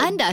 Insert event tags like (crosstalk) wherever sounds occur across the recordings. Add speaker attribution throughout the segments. Speaker 1: Anda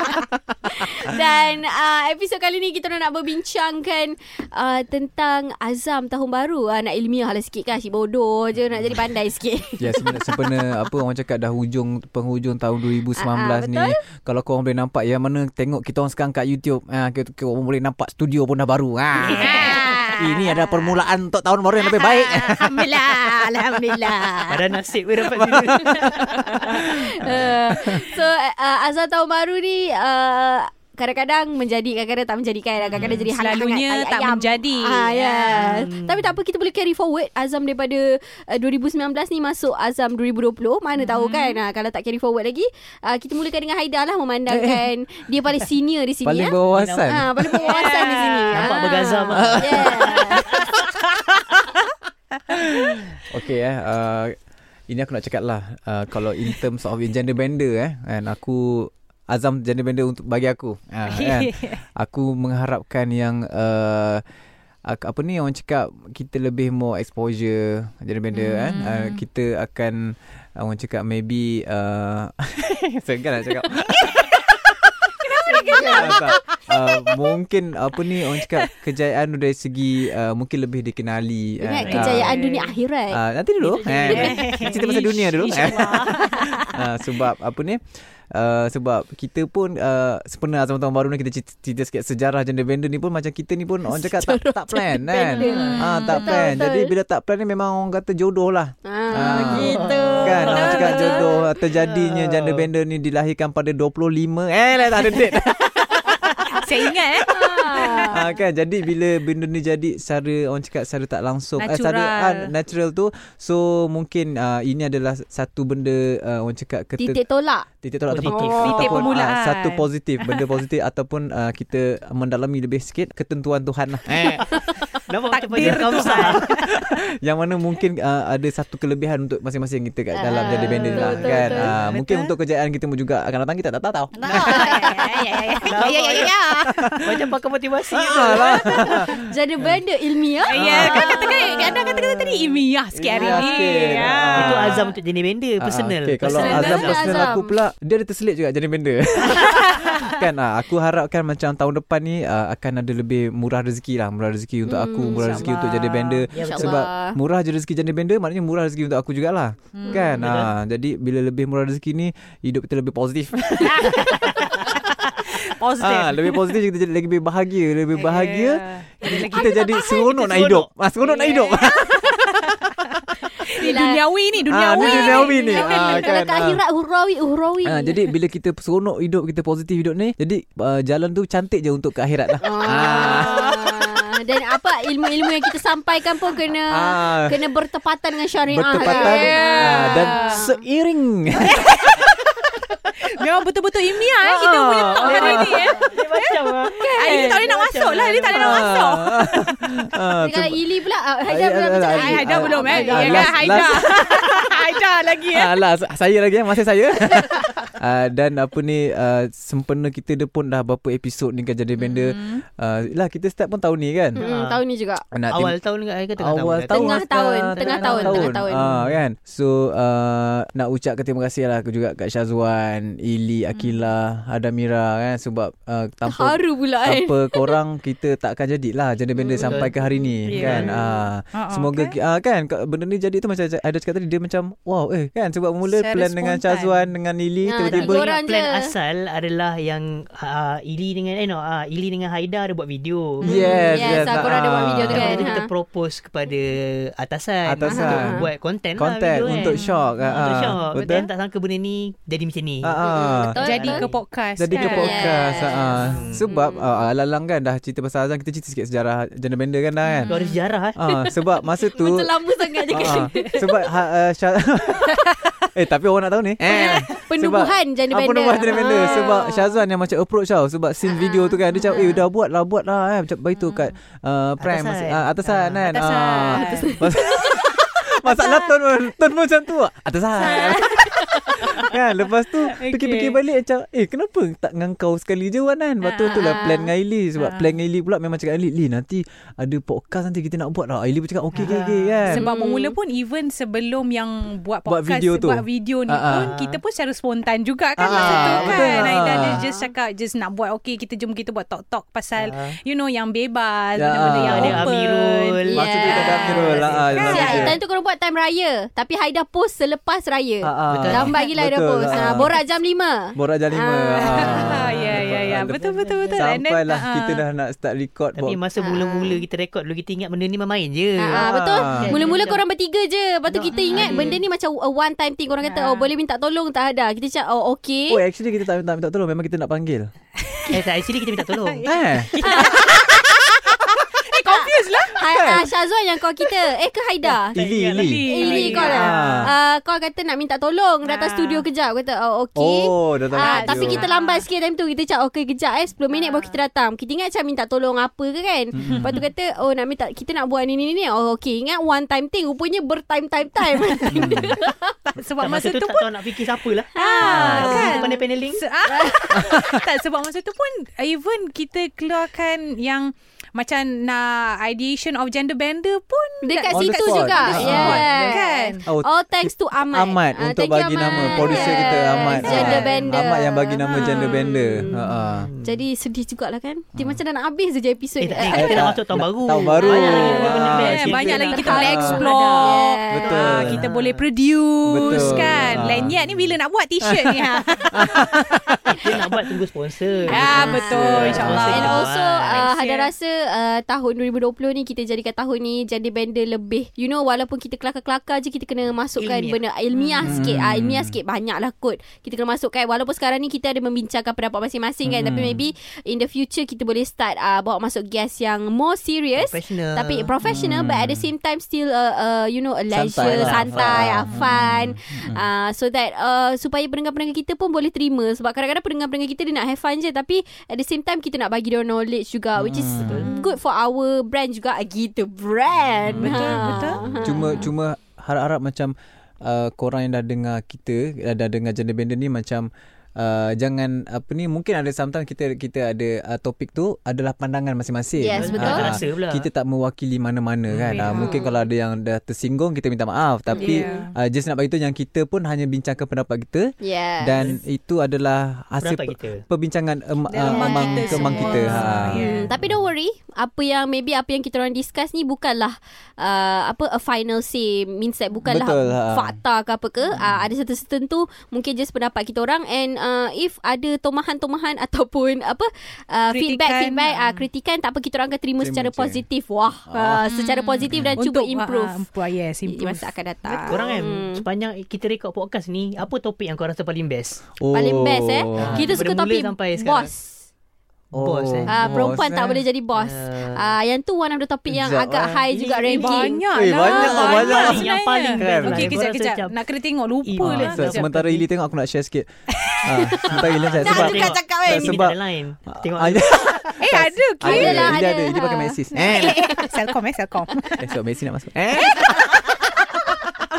Speaker 2: (laughs) Dan uh, episod kali ni kita orang nak berbincangkan uh, tentang azam tahun baru. Uh, nak ilmiah lah sikit kan. Asyik bodoh je nak jadi pandai sikit.
Speaker 3: Ya, sempena, sempena apa orang cakap dah hujung penghujung tahun 2019
Speaker 2: Ah, ah,
Speaker 3: ni. Kalau korang boleh nampak yang mana tengok kita orang sekarang kat YouTube, ah kita kita orang boleh nampak studio pun dah baru. Ah.
Speaker 2: (laughs)
Speaker 3: Ini ada permulaan untuk tahun baru yang lebih baik.
Speaker 2: (laughs) Ah, Alhamdulillah. Alhamdulillah.
Speaker 4: Pada nasib pun dapat sini.
Speaker 2: Uh, so, uh, azam tahun baru ni... Uh, kadang-kadang menjadi kadang-kadang tak menjadikan kadang-kadang jadi
Speaker 5: Hmm, Selalunya
Speaker 2: hangat-hangat
Speaker 5: tak
Speaker 2: ayam.
Speaker 5: menjadi.
Speaker 2: ah, yes.
Speaker 5: Hmm.
Speaker 2: tapi tak apa kita boleh carry forward azam daripada uh, 2019 ni masuk azam 2020 mana tahu
Speaker 5: Hmm.
Speaker 2: kan ah, kalau tak carry forward lagi uh, kita mulakan dengan Haida lah
Speaker 5: (laughs)
Speaker 2: memandangkan dia paling senior di sini
Speaker 3: Paling
Speaker 2: ya
Speaker 3: berwawasan.
Speaker 2: Ah, paling berwawasan di
Speaker 5: (laughs)
Speaker 2: sini.
Speaker 4: Nampak
Speaker 2: Ah.
Speaker 4: bergazam, ah.
Speaker 2: (laughs) Yeah.
Speaker 3: Okey eh. Uh, ini aku nak cakap lah uh, Kalau in terms of gender bender eh kan, Aku Azam gender bender untuk bagi aku uh, kan? Aku mengharapkan yang uh, ak- Apa ni orang cakap Kita lebih more exposure Gender bender hmm. kan uh, Kita akan uh, Orang cakap maybe uh, (laughs) Segan nak cakap Tak, tak. Uh, mungkin apa ni orang cakap kejayaan dari segi uh, mungkin lebih dikenali kan?
Speaker 2: Ingat
Speaker 3: Ah.
Speaker 2: kejayaan dunia akhirat.
Speaker 3: Ah, nanti dulu. Eh, cerita pasal dunia dulu. ah, sebab apa ni? Uh, sebab kita pun uh, sepenuh zaman tahun baru ni kita cerita, cerita sikit sejarah gender bender ni pun macam kita ni pun orang cakap tak, tak plan kan.
Speaker 2: bender.
Speaker 3: Ah,
Speaker 2: Betul,
Speaker 3: tak plan.
Speaker 2: betul.
Speaker 3: Jadi bila tak plan ni memang orang kata jodoh lah.
Speaker 2: Ah,
Speaker 3: Ah,
Speaker 2: gitu.
Speaker 3: Kan orang
Speaker 2: Betul. Ah.
Speaker 3: cakap jodoh terjadinya gender bender ni dilahirkan pada 25. Eh lah tak ada date.
Speaker 5: Saya ingat (laughs) eh.
Speaker 2: Ah.
Speaker 3: ha, kan jadi bila benda ni jadi secara orang cakap secara tak langsung eh, secara ah,
Speaker 5: Natural.
Speaker 3: natural tu so mungkin ah, ini adalah satu benda ah, orang cakap kata
Speaker 2: Titik tolak.
Speaker 3: titik tolak ataupun,
Speaker 4: Positif.
Speaker 2: Titik
Speaker 3: ataupun
Speaker 5: permulaan.
Speaker 3: ah, satu positif benda positif ataupun ah, kita mendalami lebih sikit ketentuan Tuhan lah eh.
Speaker 4: Nampak macam banyak
Speaker 5: Takdir
Speaker 4: kamsah.
Speaker 3: (laughs) yang mana mungkin ah, ada satu kelebihan untuk masing-masing kita kat dalam jadi benda ni lah
Speaker 2: betul,
Speaker 3: kan
Speaker 2: betul.
Speaker 3: Ah, mungkin untuk kejayaan kita juga akan datang kita tak tahu tahu
Speaker 5: Oh, Ya ya ya ya.
Speaker 4: Macam pakai motivasi.
Speaker 3: Ah,
Speaker 2: Jadi benda ilmiah.
Speaker 5: Ya, kan kata kan Anda kata kata tadi ilmiah sikit hari
Speaker 3: Ilmiah
Speaker 5: ni.
Speaker 3: sikit.
Speaker 5: Ya.
Speaker 3: Ah.
Speaker 4: Itu azam untuk jenis benda.
Speaker 3: Ah,
Speaker 4: Personal.
Speaker 3: okay. Kalau
Speaker 2: Personal.
Speaker 3: azam
Speaker 2: Ada
Speaker 3: personal
Speaker 2: azam.
Speaker 3: aku pula Dia ada terselit juga jadi benda Kan ah, Aku harapkan macam tahun depan ni ah, Akan ada lebih murah rezeki lah Murah rezeki untuk aku Murah rezeki untuk jadi benda
Speaker 4: Ya,
Speaker 2: betul.
Speaker 3: Sebab
Speaker 2: InsyaAllah.
Speaker 3: murah je rezeki jadi benda Maknanya murah rezeki untuk aku jugalah Kan ah, Jadi bila lebih murah rezeki ni Hidup kita lebih positif
Speaker 5: Positif.
Speaker 3: ah, Lebih positif kita jadi lebih bahagia Lebih bahagia Kita, kita jadi seronok nak
Speaker 4: seronok.
Speaker 3: hidup ah, Seronok nak hidup
Speaker 5: Duniawi
Speaker 3: ah,
Speaker 5: ni, ya. duniawi.
Speaker 3: Ni duniawi ni ah,
Speaker 2: Kalau
Speaker 3: kan,
Speaker 2: tak
Speaker 3: ah.
Speaker 2: akhirat hurawi hurawi.
Speaker 3: Ah, jadi bila kita seronok hidup kita positif hidup ni, jadi uh, jalan tu cantik je untuk ke akhirat
Speaker 5: Oh.
Speaker 3: lah.
Speaker 2: Ah. Dan apa ilmu-ilmu yang kita sampaikan pun kena
Speaker 3: Ah.
Speaker 2: kena bertepatan dengan syariah.
Speaker 3: Bertepatan
Speaker 5: ya.
Speaker 2: kan?
Speaker 3: ah, dan
Speaker 5: (laughs)
Speaker 3: seiring.
Speaker 5: Memang betul-betul ilmiah eh kita punya talk hari ni eh.
Speaker 4: Dia macam lah.
Speaker 5: Hari ni tak boleh nak masuk lah. Hari ni tak boleh nak masuk.
Speaker 3: (laughs) Ah,
Speaker 2: Jadi kalau
Speaker 3: tu-
Speaker 2: Ili pula ah, Haida
Speaker 3: Ah,
Speaker 2: belum
Speaker 3: ah,
Speaker 2: cakap
Speaker 3: ah,
Speaker 2: lagi.
Speaker 3: ah,
Speaker 5: Haida belum eh.
Speaker 3: ah,
Speaker 5: Ya kan
Speaker 3: last-
Speaker 5: Haida. (laughs)
Speaker 3: last-
Speaker 5: Haida lagi eh.
Speaker 3: Ah, lah, saya lagi eh, masih saya. (laughs) Ah, dan apa ni ah, sempena kita dia pun dah berapa episod ni kan jadi benda.
Speaker 5: Hmm.
Speaker 3: Ah, lah kita start pun tahun ni kan.
Speaker 2: Hmm, tahun ni juga.
Speaker 3: Nak
Speaker 4: Awal tahun ke? Ke tengah tahun?
Speaker 3: awal
Speaker 4: Tengah
Speaker 2: Tengah
Speaker 3: tahun
Speaker 2: tahun, tengah tahun, tengah tahun.
Speaker 3: Ah, kan so uh, nak ucapkan terima kasih lah aku juga kat Syazwan Ili Akila Adamira kan sebab uh, tanpa
Speaker 2: Haru pula kan.
Speaker 3: tanpa korang kita tak akan jadilah jadi benda sampai ke hari ni
Speaker 5: Ya.
Speaker 3: kan ah
Speaker 5: Ah, ah,
Speaker 3: semoga
Speaker 5: okay.
Speaker 3: okay. ah, kan ka- benda ni jadi tu macam ada cakap tadi dia macam wow eh kan sebab mula
Speaker 5: Secara
Speaker 3: plan dengan
Speaker 5: spontan.
Speaker 3: Syazwan dengan Ili
Speaker 2: Ah,
Speaker 3: tiba-tiba
Speaker 2: tiga
Speaker 4: Tiba
Speaker 2: orang
Speaker 4: yang plan
Speaker 2: je.
Speaker 4: asal adalah yang uh, Ili dengan eh no, uh, Ili dengan Haida ada buat video.
Speaker 3: Yes,
Speaker 2: Yes,
Speaker 3: yes,
Speaker 2: aku ada buat video tu
Speaker 3: ah.
Speaker 2: kan.
Speaker 4: Lepas tu kita
Speaker 2: Hmm. ha.
Speaker 4: propose kepada atasan,
Speaker 3: Atasan.
Speaker 4: untuk buat konten lah
Speaker 3: Konten
Speaker 4: video
Speaker 3: untuk
Speaker 4: kan.
Speaker 3: shock, ah,
Speaker 4: Untuk
Speaker 3: ah.
Speaker 4: shock.
Speaker 3: Betul.
Speaker 4: Betul. tak sangka benda ni jadi macam ni.
Speaker 3: Ah, ah.
Speaker 2: Betul.
Speaker 5: Jadi
Speaker 2: Betul.
Speaker 5: ke podcast
Speaker 3: Jadi ke
Speaker 5: kan?
Speaker 3: podcast
Speaker 2: Yes.
Speaker 3: yes. uh, Sebab uh, Alang-alang kan Dah cerita pasal Azan Kita cerita sikit sejarah Gender bender kan dah kan
Speaker 4: Kau ada sejarah eh.
Speaker 3: Ah, Sebab masa
Speaker 2: (laughs)
Speaker 3: tu
Speaker 2: Betul lama sangat je kan.
Speaker 3: Ah, Sebab ha, uh, Syaz Eh tapi orang nak tahu ni eh.
Speaker 2: Penubuhan gender
Speaker 3: apa
Speaker 2: bender.
Speaker 3: Penubuhan gender bender
Speaker 2: Ah.
Speaker 3: Sebab Syazwan yang macam approach tau Sebab scene video tu kan Dia macam Eh dah buat lah Buat lah eh. Macam baik tu kat uh, Prime
Speaker 4: Atasan.
Speaker 3: masih, uh, Atasan
Speaker 4: Ah,
Speaker 3: kan
Speaker 5: atasan.
Speaker 3: Ah. Mas- Masalah tone pun Tone pun macam tu ah. Atasan Kan lepas tu okay. Fikir-fikir balik macam Eh kenapa tak dengan kau sekali je Wan kan Lepas tu tu lah plan dengan Aili Sebab plan dengan Aili pula Memang cakap Aili Li nanti ada podcast nanti kita nak buat lah Aili pun cakap okey okey okey kan
Speaker 5: Sebab mula pun even sebelum yang buat
Speaker 3: Buat
Speaker 5: podcast
Speaker 3: video tu.
Speaker 5: buat video ni
Speaker 3: Ah, ah.
Speaker 5: pun kita pun secara spontan juga kan
Speaker 3: Ah,
Speaker 5: masa tu
Speaker 3: betul.
Speaker 5: kan.
Speaker 3: Ah.
Speaker 5: Aida dia just cakap just nak buat okey kita jom kita buat talk talk pasal
Speaker 4: Ah.
Speaker 5: you know yang bebas
Speaker 3: Ya,
Speaker 5: benda-benda yang
Speaker 3: ada
Speaker 5: open.
Speaker 4: Amirul.
Speaker 3: Maksud dia tak ada Amirul lah ah, dalam
Speaker 2: Ya,
Speaker 3: video.
Speaker 2: time tu korang buat time raya. Tapi Haida post selepas raya.
Speaker 3: Ah, ah.
Speaker 4: Betul.
Speaker 2: Lambat gila Haida
Speaker 3: Betul,
Speaker 2: post.
Speaker 3: ah.
Speaker 2: Ah, Borak jam 5.
Speaker 3: Borak jam lima
Speaker 5: Ah,
Speaker 3: ah.
Speaker 5: (laughs) ya ya ya
Speaker 3: Lepas-
Speaker 5: betul betul betul. And then,
Speaker 3: Sampailah
Speaker 5: ah,
Speaker 3: kita dah nak start record
Speaker 4: Tapi
Speaker 3: buat-
Speaker 4: masa mula-mula kita rekod dulu kita ingat benda ni main-main je.
Speaker 2: Ah, ah,
Speaker 3: Ah.
Speaker 2: betul.
Speaker 3: Ya,
Speaker 2: Mula-mula
Speaker 4: ya, ya.
Speaker 2: korang bertiga je. Lepas tu kita ingat benda ni macam a one time thing. Korang kata, oh boleh minta tolong tak ada. Kita cakap, oh
Speaker 3: Oh
Speaker 2: okay.
Speaker 3: actually kita tak minta, minta tolong Memang kita nak
Speaker 5: (laughs)
Speaker 3: panggil
Speaker 4: Eh tak actually kita minta tolong.
Speaker 5: Ya,
Speaker 3: Eh
Speaker 2: Ha, ah, Syazwan yang call kita. Eh ke Haida?
Speaker 3: Ili
Speaker 5: ya,
Speaker 3: Ili
Speaker 2: Ili call lah. Ah, call kata nak minta tolong. Datang
Speaker 5: Ah.
Speaker 2: studio kejap. Kata, oh okay.
Speaker 3: Oh dah tak
Speaker 2: Ah, tapi kita lambat sikit time tu Kita cakap Okay kejap eh 10 minit baru kita datang Kita ingat macam minta tolong apa ke kan Lepas tu kata Oh nak minta Kita nak buat ni ni ni Oh okay Ingat one time thing Rupanya bertime-time-time (laughs)
Speaker 3: Hmm.
Speaker 5: tak, sebab
Speaker 4: Kat
Speaker 5: masa, tu,
Speaker 4: tak
Speaker 5: pun
Speaker 4: tahu nak fikir siapa lah.
Speaker 5: ah,
Speaker 4: Lepas tu
Speaker 5: kan
Speaker 4: kita pandai
Speaker 5: (laughs)
Speaker 4: paneling.
Speaker 5: Se- ah. tak sebab masa tu pun even kita keluarkan yang macam nak ideation of gender bender pun
Speaker 2: Dekat
Speaker 3: On the
Speaker 2: situ
Speaker 3: spot.
Speaker 2: juga
Speaker 3: On the
Speaker 2: Yeah
Speaker 3: spot.
Speaker 5: Kan?
Speaker 3: Oh,
Speaker 2: All thanks to Ahmad
Speaker 3: Ahmad
Speaker 2: Ah,
Speaker 3: untuk
Speaker 2: thank you,
Speaker 3: bagi nama Producer kita Ahmad
Speaker 2: Yes, Gender
Speaker 3: Ah,
Speaker 2: bender
Speaker 3: Ahmad yang bagi nama
Speaker 2: Ah.
Speaker 3: gender bender
Speaker 5: Hmm.
Speaker 3: uh-huh.
Speaker 2: Jadi sedih jugalah kan Dia macam dah nak habis je episod
Speaker 4: Eh, tak, eh, kita
Speaker 3: Hmm. Eh,
Speaker 4: dah
Speaker 3: tak-
Speaker 4: masuk tahun
Speaker 3: nak-
Speaker 4: baru.
Speaker 3: tahun baru.
Speaker 4: Banyak lagi
Speaker 3: Ah,
Speaker 4: benda-benda
Speaker 5: Eh,
Speaker 4: best.
Speaker 5: banyak
Speaker 4: Kita
Speaker 5: lagi
Speaker 4: nak
Speaker 5: kita
Speaker 2: Ah.
Speaker 5: boleh explore.
Speaker 2: Yes.
Speaker 3: Betul.
Speaker 5: Ah, kita boleh produce
Speaker 3: Betul.
Speaker 5: kan.
Speaker 3: Ah.
Speaker 5: Lanyard ni bila nak buat t-shirt
Speaker 2: (laughs)
Speaker 5: ni ha.
Speaker 4: Dia nak buat tunggu sponsor.
Speaker 5: ah, betul insyaallah.
Speaker 2: And also uh,
Speaker 5: Next
Speaker 2: Hada
Speaker 5: year.
Speaker 2: rasa uh, Tahun 2020 ni Kita jadikan tahun ni Jadi bender lebih You know walaupun kita kelakar-kelakar je Kita kena masukkan
Speaker 4: Ilmiah.
Speaker 2: benda ilmiah
Speaker 3: Hmm.
Speaker 2: sikit uh, Ilmiah sikit Banyak lah kot Kita kena masukkan Walaupun sekarang ni Kita ada membincangkan pendapat masing-masing kan Tapi maybe In the future Kita boleh start uh, Bawa masuk guest yang More serious
Speaker 4: Professional.
Speaker 2: tapi professional
Speaker 3: Hmm.
Speaker 2: but at the same time still uh, uh, you know a leisure
Speaker 3: Santai
Speaker 2: santai, santai
Speaker 3: lah, fun.
Speaker 2: uh, fun
Speaker 3: Hmm.
Speaker 2: uh, so that uh, supaya pendengar-pendengar kita pun boleh terima sebab kadang-kadang pendengar-pendengar kita dia nak have fun je tapi at the same time kita nak bagi dia knowledge juga which is good for our brand juga Ah, gitu brand
Speaker 5: Betul,
Speaker 2: Ha.
Speaker 5: betul.
Speaker 3: Cuma cuma harap-harap macam uh, korang yang dah dengar kita eh, dah, dah dengar gender bender ni macam Uh, jangan apa ni mungkin ada sometimes kita kita ada uh, topik tu adalah pandangan masing-masing.
Speaker 2: Yes, betul.
Speaker 3: Ah,
Speaker 4: Tak terasa pula. Hmm,
Speaker 3: kita tak mewakili mana-mana kan. Yeah.
Speaker 5: Yeah.
Speaker 3: mungkin kalau ada yang dah tersinggung kita minta maaf tapi
Speaker 5: Yeah.
Speaker 3: yeah. uh, just nak bagi tahu yang kita pun hanya bincangkan pendapat kita
Speaker 2: yeah
Speaker 3: dan itu adalah hasil pe-
Speaker 4: Pendapat kita.
Speaker 3: perbincangan um,
Speaker 5: Dan
Speaker 3: uh,
Speaker 5: memang
Speaker 3: among
Speaker 5: kita
Speaker 3: kemang
Speaker 5: semua.
Speaker 3: kita. Ha.
Speaker 5: Yeah.
Speaker 2: Hmm, tapi don't worry, apa yang maybe apa yang kita orang discuss ni bukanlah uh, apa a final say means that bukanlah
Speaker 3: Betul, ha.
Speaker 2: fakta ke apa ke. Uh, ada certain-certain tu mungkin just pendapat kita orang and uh, if ada tomahan-tomahan (laughs) ataupun apa uh, feedback
Speaker 5: Kritikan,
Speaker 2: feedback
Speaker 5: ha.
Speaker 2: uh, kritikan tak apa kita orang akan terima
Speaker 3: Terima
Speaker 2: secara
Speaker 3: je. Ah.
Speaker 2: positif. Wah, uh,
Speaker 5: Hmm.
Speaker 2: secara positif dan cuba improve.
Speaker 5: Uh, yes,
Speaker 2: Di
Speaker 5: improve.
Speaker 2: masa akan datang.
Speaker 4: Korang kan
Speaker 2: Hmm.
Speaker 4: Sepanjang kita rekod podcast ni Apa topik yang korang rasa paling best?
Speaker 3: Oh.
Speaker 2: Paling best eh.
Speaker 4: Ah,
Speaker 2: Kita suka
Speaker 4: daripada mula
Speaker 2: topik
Speaker 4: sampai sekarang.
Speaker 2: bos.
Speaker 4: Bos, eh.
Speaker 2: Uh,
Speaker 3: Bos,
Speaker 2: perempuan tak
Speaker 3: eh.
Speaker 2: boleh jadi bos.
Speaker 5: Ah.
Speaker 2: Uh, yang tu one of the topic yang
Speaker 3: Sekejap,
Speaker 2: agak
Speaker 3: eh.
Speaker 2: high juga
Speaker 5: Eh,
Speaker 2: ranking.
Speaker 5: banyak
Speaker 3: Eh,
Speaker 5: lah.
Speaker 3: banyak, banyak.
Speaker 5: sebenarnya.
Speaker 4: Yang paling
Speaker 3: best lah.
Speaker 5: Okey,
Speaker 4: Korang
Speaker 5: kejap,
Speaker 4: rasa
Speaker 5: kejap.
Speaker 4: macam-
Speaker 5: Nak kena tengok. Lupa
Speaker 4: Ah,
Speaker 5: lah.
Speaker 3: Ah, se-
Speaker 4: Sekejap,
Speaker 3: sementara
Speaker 4: penting.
Speaker 3: Ili tengok aku nak share sikit. ah, sementara Ili nak share
Speaker 4: Tengok,
Speaker 3: sebab
Speaker 5: juga cakap, kan?
Speaker 4: Ini
Speaker 3: Sebab-
Speaker 4: tak ada line Tengok
Speaker 3: Ah, (laughs) ya.
Speaker 5: Eh, ada ke?
Speaker 3: Ada,
Speaker 2: lah,
Speaker 3: Ili
Speaker 2: ada.
Speaker 3: ada. Ili pakai
Speaker 2: Ha.
Speaker 3: Maxis. Eh,
Speaker 5: (laughs) Selcom eh, Selcom.
Speaker 3: eh, sebab Maxis nak masuk. Eh,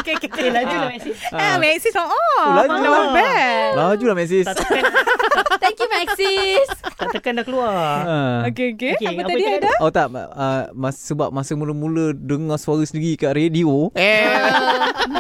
Speaker 5: Okay,
Speaker 4: Eh
Speaker 5: okay.
Speaker 4: laju lah Maxi
Speaker 5: Ah, Maxis on. Oh,
Speaker 3: laju
Speaker 5: not
Speaker 3: lah.
Speaker 5: bad.
Speaker 3: laju lah Maxis.
Speaker 4: Tak tekan
Speaker 2: Thank you Maxis.
Speaker 4: Tak tekan dah keluar
Speaker 3: Ah.
Speaker 5: Okay, okay.
Speaker 4: Okey,
Speaker 5: Apa
Speaker 4: apa
Speaker 5: tadi
Speaker 4: kita
Speaker 5: ada?
Speaker 3: Oh tak, ah, mas, sebab masa mula-mula dengar suara sendiri kat
Speaker 2: Uh,
Speaker 3: radio.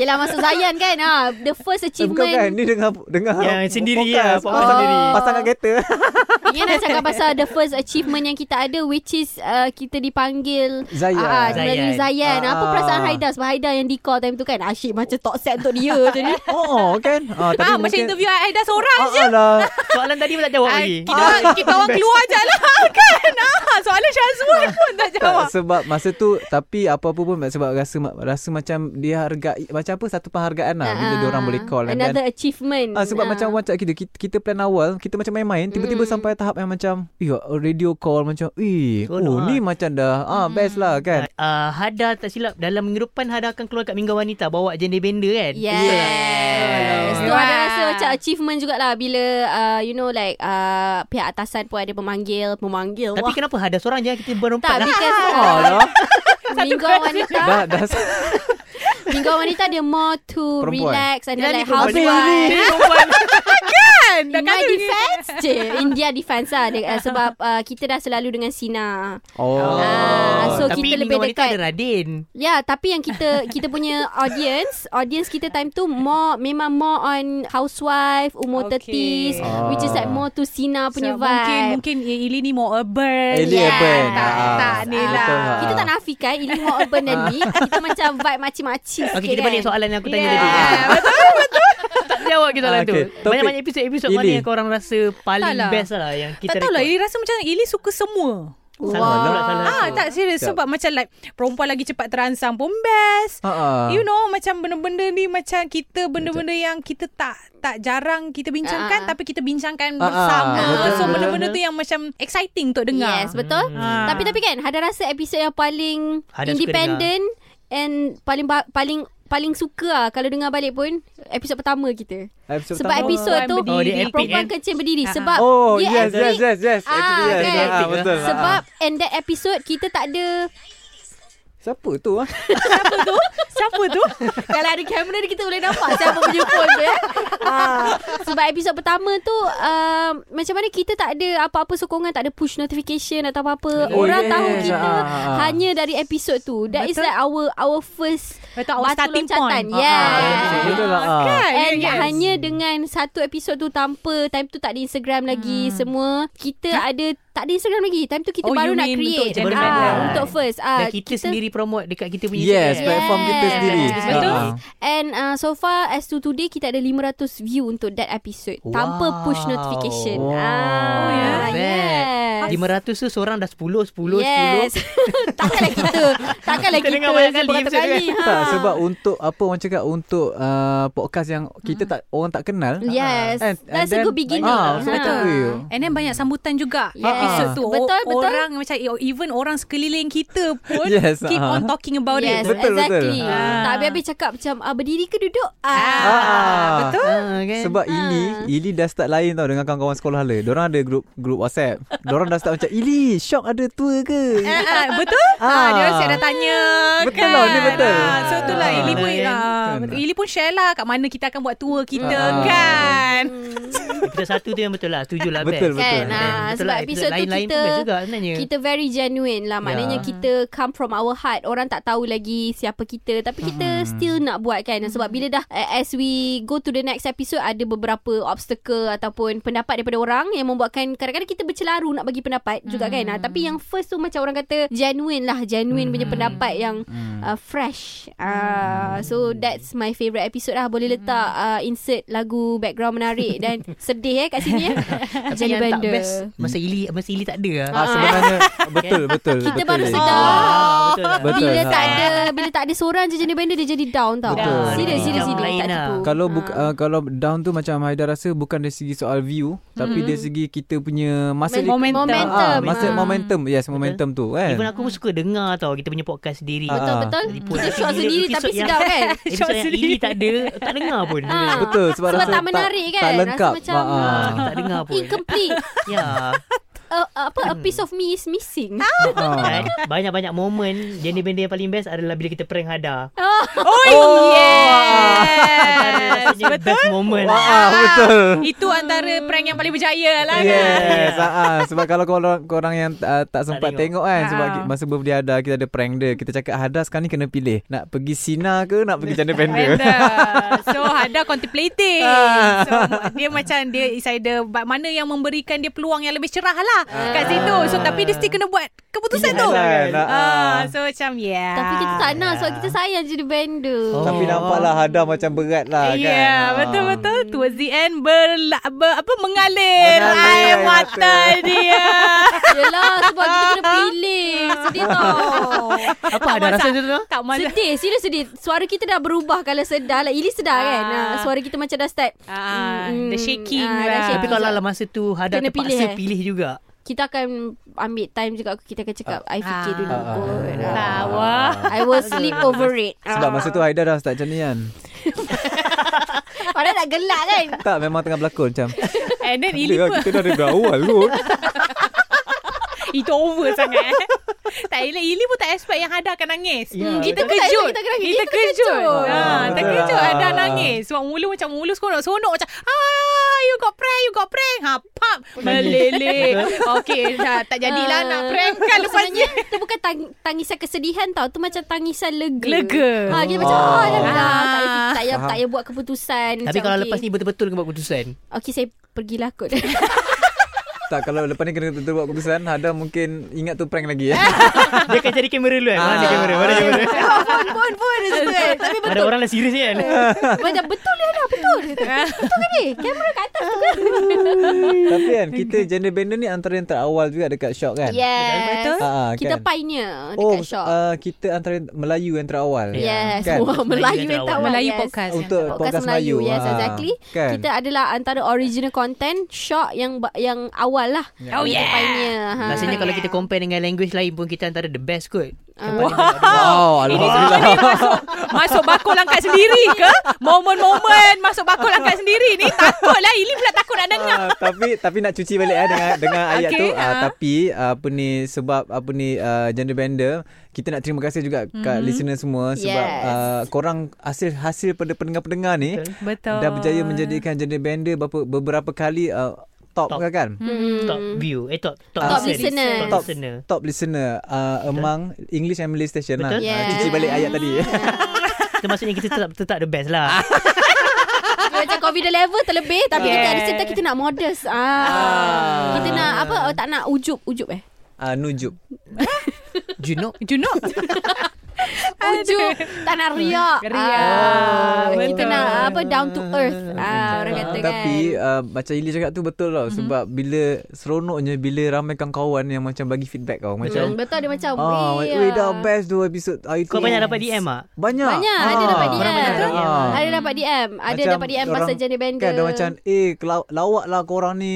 Speaker 2: yelah masuk Zayan kan. Ha, the first
Speaker 3: Eh, bukan kan,
Speaker 2: achievement.
Speaker 3: ni dengar dengar
Speaker 4: Yang sendiri
Speaker 3: podcast.
Speaker 4: lah, podcast
Speaker 3: Pasang-
Speaker 4: sendiri.
Speaker 3: Pasang kat kereta. (laughs)
Speaker 2: (laughs) Dia nak cakap pasal the first achievement yang kita ada which is uh, kita dipanggil
Speaker 3: Zayan.
Speaker 2: Ah, ah, melalui
Speaker 4: Zayan.
Speaker 2: Zayan. Apa
Speaker 3: Ah.
Speaker 2: perasaan Haida sebab Haida yang di call time tu kan. Asyik macam tak set untuk dia je ni.
Speaker 3: Oh, kan? Ah, tapi
Speaker 5: Ah,
Speaker 3: mungkin,
Speaker 5: macam interview Aida seorang
Speaker 3: Ah, alah.
Speaker 4: Soalan tadi pun tak jawab
Speaker 5: Ah,
Speaker 4: (laughs) lagi
Speaker 5: kita, kita orang keluar je lah (laughs) kan Nah, soalan Syazwan pun tak jawab.
Speaker 3: Tak, sebab masa tu tapi apa-apa pun sebab rasa rasa macam dia hargai macam apa satu penghargaan lah bila dia orang boleh call kan.
Speaker 2: Ah, Another achievement
Speaker 3: Ah, sebab macam macam kita, kita kita plan awal kita macam main-main tiba-tiba
Speaker 2: Mm.
Speaker 3: sampai tahap yang macam eh radio call macam eh oh
Speaker 4: Oh, no,
Speaker 3: ni macam dah ah
Speaker 2: Hmm.
Speaker 3: best lah kan.
Speaker 4: Uh, Hada tak silap Dalam minggu depan Hada akan keluar kat Minggu Wanita Bawa gender bender kan
Speaker 2: Yes Tu
Speaker 5: Wow.
Speaker 2: ada rasa macam achievement jugalah Bila uh, you know like uh, Pihak atasan pun ada pemanggil Pemanggil Wah.
Speaker 4: Tapi kenapa Hada seorang je Kita berempat
Speaker 2: Tak
Speaker 4: lah
Speaker 2: because
Speaker 3: Oh, lah.
Speaker 2: (laughs) Mingguan wanita
Speaker 3: dah dah
Speaker 2: (laughs) Mingguan wanita dia more to
Speaker 3: Perempuan.
Speaker 2: relax And then
Speaker 4: Jadi
Speaker 2: like
Speaker 4: perempuan.
Speaker 2: housewife
Speaker 5: Kan? Dah
Speaker 2: In my
Speaker 5: kata begini.
Speaker 2: defense
Speaker 5: (laughs)
Speaker 2: je India defense lah dia, uh, Sebab uh, kita dah selalu dengan Sina
Speaker 3: Oh.
Speaker 2: Ah, so
Speaker 4: Tapi
Speaker 2: kita
Speaker 4: Minggu
Speaker 2: lebih
Speaker 4: Wanita
Speaker 2: dekat.
Speaker 4: ada Radin
Speaker 2: Ya, yeah, tapi yang kita kita punya audience, audience kita time tu more memang more on housewife, umur
Speaker 5: Okay.
Speaker 2: okay. 30s,
Speaker 3: Ah.
Speaker 2: oh. which is like more to Sina punya
Speaker 5: So,
Speaker 2: vibe.
Speaker 5: Mungkin mungkin Ili ni more urban.
Speaker 3: Ili
Speaker 2: Yeah.
Speaker 3: urban.
Speaker 5: Tak,
Speaker 3: Ah,
Speaker 5: tak ni
Speaker 2: ah,
Speaker 5: lah.
Speaker 3: betul lah.
Speaker 2: Kita tak nafikan Ili more urban than me. Kita macam vibe
Speaker 5: (laughs)
Speaker 2: makcik-makcik
Speaker 4: Okay
Speaker 2: sikit
Speaker 4: kita
Speaker 2: kan.
Speaker 4: balik soalan yang aku tanya
Speaker 5: Yeah.
Speaker 4: tadi Betul betul Tak jawab kita soalan
Speaker 3: Ah, okay.
Speaker 4: tu
Speaker 3: Topik-
Speaker 4: Banyak-banyak episod-episod Mana
Speaker 3: Ili.
Speaker 4: yang korang rasa Paling
Speaker 5: Tak lah.
Speaker 4: best lah Yang kita
Speaker 5: Tak tahu lah
Speaker 4: record.
Speaker 5: Ili rasa macam Ili suka semua.
Speaker 4: Salah
Speaker 2: Wah.
Speaker 4: pula, salah
Speaker 5: Ah,
Speaker 4: tu.
Speaker 5: tak serius
Speaker 3: Sekejap.
Speaker 5: sebab macam like perempuan lagi cepat terangsang pun best.
Speaker 3: Ah, ah.
Speaker 5: You know macam benda-benda ni macam kita benda-benda yang kita tak tak jarang kita
Speaker 2: Ah,
Speaker 5: bincangkan
Speaker 2: ah.
Speaker 5: tapi kita
Speaker 3: Ah, ah.
Speaker 5: bincangkan bersama.
Speaker 3: Betul,
Speaker 5: so
Speaker 4: betul.
Speaker 5: benda-benda tu yang macam exciting untuk dengar.
Speaker 2: Yes, betul.
Speaker 5: Ah.
Speaker 2: Tapi tapi kan ada rasa episod yang paling
Speaker 4: Ada suka
Speaker 2: independent and paling ba- paling paling suka lah kalau dengar balik pun episod pertama kita.
Speaker 3: Episod
Speaker 2: Sebab
Speaker 3: pertama.
Speaker 2: episod tu
Speaker 4: Oh,
Speaker 5: Perempuan
Speaker 4: dia epic,
Speaker 2: perempuan
Speaker 4: eh?
Speaker 2: kencing berdiri
Speaker 5: Ah.
Speaker 2: sebab
Speaker 3: Oh,
Speaker 2: dia
Speaker 3: yes, yes,
Speaker 2: epic
Speaker 3: yes, yes.
Speaker 2: Ah,
Speaker 3: Actually, yes.
Speaker 2: kan.
Speaker 3: Ah, betul. lah.
Speaker 2: sebab and that episode kita tak
Speaker 3: (laughs)
Speaker 2: ada
Speaker 3: siapa tu ah?
Speaker 5: Siapa
Speaker 2: (laughs)
Speaker 5: tu?
Speaker 2: kalau ada kamera ni kita boleh nampak siapa punya phone tu eh. Ah, sebab episod pertama tu um, macam mana kita tak ada apa-apa sokongan, tak ada push notification atau apa-apa.
Speaker 3: Oh,
Speaker 2: Orang
Speaker 3: yes.
Speaker 2: tahu kita
Speaker 3: Ah.
Speaker 2: hanya dari episod tu. That is
Speaker 5: Betul.
Speaker 2: like our our first
Speaker 5: Betul, our
Speaker 2: batu
Speaker 5: starting
Speaker 2: loncatan.
Speaker 5: point.
Speaker 2: Yeah.
Speaker 3: Ah,
Speaker 5: Ah,
Speaker 3: Betul lah. ah.
Speaker 5: Kan?
Speaker 2: And
Speaker 5: Yes.
Speaker 2: yes. hanya dengan satu episod tu tanpa time tu tak ada Instagram lagi hmm. semua kita ada tak ada Instagram lagi time tu kita
Speaker 5: Oh,
Speaker 2: baru
Speaker 5: you
Speaker 2: nak
Speaker 5: mean
Speaker 2: create
Speaker 5: untuk
Speaker 4: Baru nak
Speaker 2: ah,
Speaker 4: buat.
Speaker 2: untuk first
Speaker 4: Dan
Speaker 2: ah
Speaker 4: kita, sendiri promote Dekat kita punya
Speaker 3: Yes,
Speaker 4: Instagram.
Speaker 3: platform kita
Speaker 2: Yes.
Speaker 3: sendiri.
Speaker 5: Betul.
Speaker 3: Ah, ah.
Speaker 2: And uh, so far as to today kita ada 500 view untuk that episode wow. tanpa push
Speaker 4: Wow.
Speaker 2: notification.
Speaker 3: Wow.
Speaker 5: Oh,
Speaker 2: Ah,
Speaker 4: Not
Speaker 2: yes.
Speaker 4: bad. 500 tu seorang dah 10 10
Speaker 2: yes. (laughs)
Speaker 4: 10 (laughs)
Speaker 2: Takkanlah kita. Takkanlah
Speaker 4: Kita
Speaker 2: kita.
Speaker 4: dengar banyak kali
Speaker 2: beratus
Speaker 4: episode
Speaker 2: kali.
Speaker 3: Tak, sebab untuk apa orang cakap untuk ah, podcast yang kita tak orang tak kenal.
Speaker 2: Hmm. Yes.
Speaker 3: And- and
Speaker 2: That's a
Speaker 3: then-
Speaker 2: good beginning.
Speaker 3: Ah, so macam
Speaker 2: Ha.
Speaker 3: eh,
Speaker 5: And then banyak sambutan juga
Speaker 2: Yes.
Speaker 5: episode tu. O-
Speaker 2: Betul, betul.
Speaker 5: Orang macam even orang sekeliling kita
Speaker 2: (laughs)
Speaker 5: pun
Speaker 3: Yes,
Speaker 5: keep
Speaker 3: ah.
Speaker 5: on talking about
Speaker 2: uh-huh. Yes,
Speaker 5: it.
Speaker 3: Betul, betul.
Speaker 2: exactly.
Speaker 5: Ah.
Speaker 2: Tak habis-habis cakap macam ah, berdiri ke duduk?
Speaker 5: Ah,
Speaker 2: Ah.
Speaker 5: betul.
Speaker 4: Ah, kan?
Speaker 3: Sebab Ili
Speaker 2: Ah.
Speaker 3: Ili dah start lain tau Dengan kawan-kawan sekolah le Diorang ada grup Grup WhatsApp Diorang dah start macam Ili syok ada tua ke
Speaker 2: Eh.
Speaker 5: Ah, ah, betul?
Speaker 3: Eh,
Speaker 5: Ah,
Speaker 3: Ah.
Speaker 5: dia orang siap dah tanya.
Speaker 3: Betul
Speaker 5: kan?
Speaker 3: lah, ni betul.
Speaker 5: Ah, so itulah
Speaker 3: Ah,
Speaker 5: Ili pun
Speaker 4: kan?
Speaker 5: ah,
Speaker 3: Kan?
Speaker 5: betul. Ili pun share lah kat mana kita akan buat tour kita
Speaker 3: Ah.
Speaker 5: kan.
Speaker 4: Episod satu tu yang betul lah Setuju lah
Speaker 3: Betul,
Speaker 4: best.
Speaker 2: Kan?
Speaker 4: Betul.
Speaker 2: Ah,
Speaker 4: Betul
Speaker 2: sebab
Speaker 4: lah,
Speaker 2: episod tu
Speaker 4: lain-lain
Speaker 2: kita
Speaker 4: pun best juga sebenarnya.
Speaker 2: Kita very genuine lah Maknanya
Speaker 4: Ya.
Speaker 2: kita Come from our heart Orang tak tahu lagi Siapa kita Tapi kita
Speaker 4: Hmm.
Speaker 2: still nak buat kan Sebab bila dah eh, As we go to the next episode Ada beberapa obstacle Ataupun pendapat daripada orang Yang membuatkan Kadang-kadang kita bercelaru Nak bagi pendapat juga kan
Speaker 4: Hmm.
Speaker 2: Ah, Tapi yang first tu Macam orang kata Genuine lah Genuine punya pendapat Yang
Speaker 4: Hmm.
Speaker 2: uh, fresh uh, So that's my favourite episode lah
Speaker 4: Hmm.
Speaker 2: Boleh letak uh, Insert lagu Background menarik
Speaker 4: (laughs)
Speaker 2: Dan sedih eh kat sini eh
Speaker 4: Tapi
Speaker 2: Jadi
Speaker 4: yang tak
Speaker 2: benda.
Speaker 4: best Masa Ili Masa Ili tak ada lah
Speaker 3: ah,
Speaker 2: (laughs)
Speaker 3: Sebenarnya Betul betul
Speaker 2: Kita
Speaker 3: betul,
Speaker 2: baru
Speaker 3: Ili.
Speaker 2: sedar.
Speaker 4: Ah, Betul lah
Speaker 3: Betul
Speaker 2: bila
Speaker 3: ha.
Speaker 2: tak ada bila tak ada seorang je jenis benda dia jadi down tau.
Speaker 3: Betul.
Speaker 2: Serius
Speaker 3: Down.
Speaker 2: serius serius
Speaker 4: Lain
Speaker 2: tak
Speaker 4: lah.
Speaker 2: tipu.
Speaker 3: Kalau buk,
Speaker 2: Ah.
Speaker 3: uh, kalau down tu macam Haida rasa bukan dari segi soal view tapi dari segi kita punya masa
Speaker 2: Mem-
Speaker 5: momentum.
Speaker 3: Ah, masa
Speaker 2: Hmm. Ah.
Speaker 3: momentum. Yes, momentum tu kan.
Speaker 4: Even aku pun suka dengar tau Kita punya podcast sendiri
Speaker 3: Betul.
Speaker 2: Betul betul.
Speaker 4: Tipu.
Speaker 2: Kita shot
Speaker 4: Tapi bila
Speaker 2: sendiri tapi
Speaker 4: episode yang-
Speaker 2: sedap
Speaker 4: (laughs)
Speaker 2: kan.
Speaker 4: Episod yang Ili tak ada Tak dengar pun
Speaker 2: Ah.
Speaker 3: Betul sebab,
Speaker 2: Sebab
Speaker 3: rasa
Speaker 2: tak menarik kan?
Speaker 3: Tak
Speaker 2: Rasa
Speaker 3: lengkap.
Speaker 2: macam,
Speaker 3: Ah, ah.
Speaker 4: Ah, Tak dengar pun
Speaker 2: Incomplete.
Speaker 4: Ya
Speaker 2: A- a- apa a piece of me is missing.
Speaker 3: Ah.
Speaker 4: Kan? Banyak-banyak momen Jenis benda yang paling best Adalah bila kita prank Hada
Speaker 2: Ah,
Speaker 5: Oh,
Speaker 4: (laughs)
Speaker 5: yes.
Speaker 4: Rasanya best moment
Speaker 3: Ah, ah, betul.
Speaker 5: Itu antara prank yang paling berjaya lah kan.
Speaker 3: Yes, ah, ah. sebab kalau korang korang yang ah, tak sempat
Speaker 4: tengok.
Speaker 3: tengok. kan
Speaker 5: Ah.
Speaker 3: sebab ki- masa birthday Hada kita ada prank dia. Kita cakap Hada sekarang ni kena pilih nak pergi Sina ke nak pergi Janda Bender.
Speaker 5: Benda. So Hada contemplating So dia macam Dia is either ba- Mana yang memberikan dia peluang Yang lebih cerah lah lah kat situ. So tapi dia still kena buat keputusan tu.
Speaker 3: Kan, ah.
Speaker 5: Ah, so macam yeah.
Speaker 2: (laughs) Tapi kita tak nak sebab kita sayang jadi bender.
Speaker 4: Oh.
Speaker 3: Tapi nampaklah Hada macam berat lah
Speaker 5: Ya,
Speaker 3: kan.
Speaker 5: yeah, betul-betul towards the end berla, ber, apa mengalir air
Speaker 3: Mengalir
Speaker 5: mata dia.
Speaker 2: Yelah sebab kita
Speaker 3: (laughs)
Speaker 2: kena pilih. Sedih tau.
Speaker 4: Apa ada rasa tu tu?
Speaker 5: tak malu.
Speaker 2: Sedih, serius sedih. Suara kita dah berubah kalau sedar lah. Ili sedar kan?
Speaker 5: Ah.
Speaker 2: Ah, suara kita macam dah start.
Speaker 5: Ah, the shaking
Speaker 2: Ah, dah
Speaker 5: lah.
Speaker 2: shaking.
Speaker 4: Tapi kalau lah masa tu Hada
Speaker 2: Kena
Speaker 4: terpaksa
Speaker 2: pilih,
Speaker 4: pilih,
Speaker 2: eh?
Speaker 4: pilih juga.
Speaker 2: Kita akan ambil time juga. Kita akan cakap, I fikir
Speaker 5: Ah.
Speaker 2: dulu
Speaker 3: Ah,
Speaker 2: kot.
Speaker 3: ah,
Speaker 2: Ah.
Speaker 5: Ah, wah.
Speaker 2: I will sleep over it.
Speaker 3: (laughs) Sebab masa tu Haida dah start macam ni kan.
Speaker 2: Ah. Padahal nak gelak kan?
Speaker 3: Tak memang tengah berlakon
Speaker 5: (laughs)
Speaker 3: macam.
Speaker 5: And then Ili
Speaker 3: Dia
Speaker 5: pun
Speaker 3: kita dah ada awal kot.
Speaker 5: Itu over sangat eh. Tak Ili, Ili pun tak expect yang Hada akan nangis.
Speaker 4: Ya,
Speaker 5: Hmm, kita
Speaker 2: betul.
Speaker 5: kejut.
Speaker 2: Kita kena- kita
Speaker 5: terkejut.
Speaker 2: terkejut.
Speaker 5: Ha,
Speaker 3: Ah,
Speaker 5: terkejut
Speaker 3: betul.
Speaker 5: Hada
Speaker 3: Ah.
Speaker 5: nangis. Sebab mula macam mula seronok-seronok macam ah you got prank, you got prank. Ha, pap. Meleleh. Okey, dah tak jadilah
Speaker 2: Ah.
Speaker 5: nak prank kan lepas ni.
Speaker 2: Sebenarnya tu bukan tang- tangisan kesedihan tau. Tu macam tangisan lega.
Speaker 5: Lega.
Speaker 2: Ha, kita macam,
Speaker 3: Oh.
Speaker 2: ah, dah, dah, dah. Tak payah fikir,
Speaker 5: Ah.
Speaker 2: tak payah,
Speaker 3: Faham.
Speaker 2: tak payah buat keputusan.
Speaker 4: Tapi
Speaker 2: Macam,
Speaker 4: kalau
Speaker 2: okey.
Speaker 4: lepas ni betul-betul kena buat
Speaker 3: (laughs)
Speaker 4: keputusan.
Speaker 2: Okey, saya pergilah kot. (laughs)
Speaker 3: tak kalau lepas ni kena betul buat keputusan Hada mungkin ingat tu prank
Speaker 5: (laughs)
Speaker 3: lagi ya.
Speaker 4: Dia akan cari kamera dulu kan. Mana ada
Speaker 3: Ah.
Speaker 4: kamera? Mana ada kamera?
Speaker 2: Pun, pun, pun. dia situ, eh. Tapi
Speaker 4: Ada orang lah serius (laughs) ni kan.
Speaker 2: macam betul dia dah, betul.
Speaker 5: Ah.
Speaker 2: Betul kan ni? Kamera kat atas tu kan?
Speaker 3: Tapi kan kita gender bender ni antara yang terawal juga dekat shop kan.
Speaker 5: Ya,
Speaker 2: Yes.
Speaker 5: Betul.
Speaker 3: Ah, ah,
Speaker 2: Kita
Speaker 3: kan?
Speaker 2: pioneer dekat
Speaker 3: oh,
Speaker 2: shop.
Speaker 3: Uh, kita antara Melayu yang terawal.
Speaker 2: Yes, (laughs)
Speaker 3: Kan?
Speaker 2: semua Melayu yang
Speaker 4: Melayu
Speaker 2: tahu.
Speaker 5: Melayu
Speaker 2: yes.
Speaker 5: podcast.
Speaker 3: Untuk
Speaker 2: Podcast
Speaker 3: podcast
Speaker 2: Melayu,
Speaker 3: Melayu.
Speaker 2: yes,
Speaker 3: ah,
Speaker 2: exactly.
Speaker 3: Kan?
Speaker 2: Kita adalah antara original content shock yang ba- yang awal lah.
Speaker 3: Ya.
Speaker 5: Oh,
Speaker 2: Kita
Speaker 5: yeah.
Speaker 2: Pioneer. Ha.
Speaker 4: Rasanya kalau kita compare dengan language lain pun kita antara the best kot.
Speaker 3: Wow, alhamdulillah.
Speaker 5: Masuk bakul angkat sendiri ke? Momen-momen masuk bakul angkat sendiri ni takutlah Ili pula takut nak dengar.
Speaker 3: Ah, (laughs) tapi tapi nak cuci balik eh dengan dengan ayat
Speaker 5: Okay,
Speaker 3: tu Ah,
Speaker 5: ah.
Speaker 3: tapi ah, apa ni sebab apa ni uh, gender bender kita nak terima kasih juga mm-hmm. kat listener semua sebab
Speaker 2: Mhm. Yes.
Speaker 3: ah, korang hasil hasil pada pendengar-pendengar ni
Speaker 5: Betul.
Speaker 3: dah berjaya menjadikan gender bender beberapa, beberapa kali ah, top,
Speaker 4: Top.
Speaker 3: top kan
Speaker 2: Hmm.
Speaker 4: Top view. Eh top top,
Speaker 2: Top
Speaker 4: listen.
Speaker 2: listener.
Speaker 4: Top
Speaker 3: top
Speaker 4: listener.
Speaker 3: top listener uh, among English and Malay station lah
Speaker 4: Betul.
Speaker 3: Ah,
Speaker 2: Yes.
Speaker 3: cuci balik ayat
Speaker 2: (laughs)
Speaker 3: tadi
Speaker 4: Itu maksudnya kita tetap tetap the best lah.
Speaker 2: (laughs) Macam COVID level terlebih tapi kita
Speaker 5: Yeah.
Speaker 2: ada same time kita nak modest. Ah. Kita nak apa oh, tak nak ujub ujub
Speaker 5: (laughs)
Speaker 2: eh.
Speaker 3: Ah,
Speaker 2: (laughs)
Speaker 3: nujub
Speaker 4: Junok.
Speaker 5: Junok.
Speaker 2: Ujub tak nak riak.
Speaker 5: Riak.
Speaker 2: Ah.
Speaker 3: Oh,
Speaker 5: Betul.
Speaker 2: Kita nak apa down to earth. Ah orang kata kan.
Speaker 3: Tapi uh, macam Ili cakap tu betul tau mm-hmm. Sebab bila Seronoknya bila ramaikan kawan Yang macam bagi feedback tau
Speaker 2: Hmm,
Speaker 3: Macam
Speaker 2: betul dia macam
Speaker 3: Ah,
Speaker 2: "Weh,
Speaker 3: weh
Speaker 2: ah."
Speaker 3: dah best lah. tu episod hari tu.
Speaker 4: Kau banyak dapat DM ah.
Speaker 3: Banyak.
Speaker 2: Banyak, ada dapat
Speaker 4: Orang banyak
Speaker 2: DM.
Speaker 4: DM.
Speaker 3: Ah.
Speaker 2: Ada dapat DM. Ada
Speaker 3: Macam
Speaker 2: dapat DM
Speaker 3: orang-
Speaker 2: pasal jenis bender.
Speaker 3: Kan ada macam eh kela- lawak lah korang ni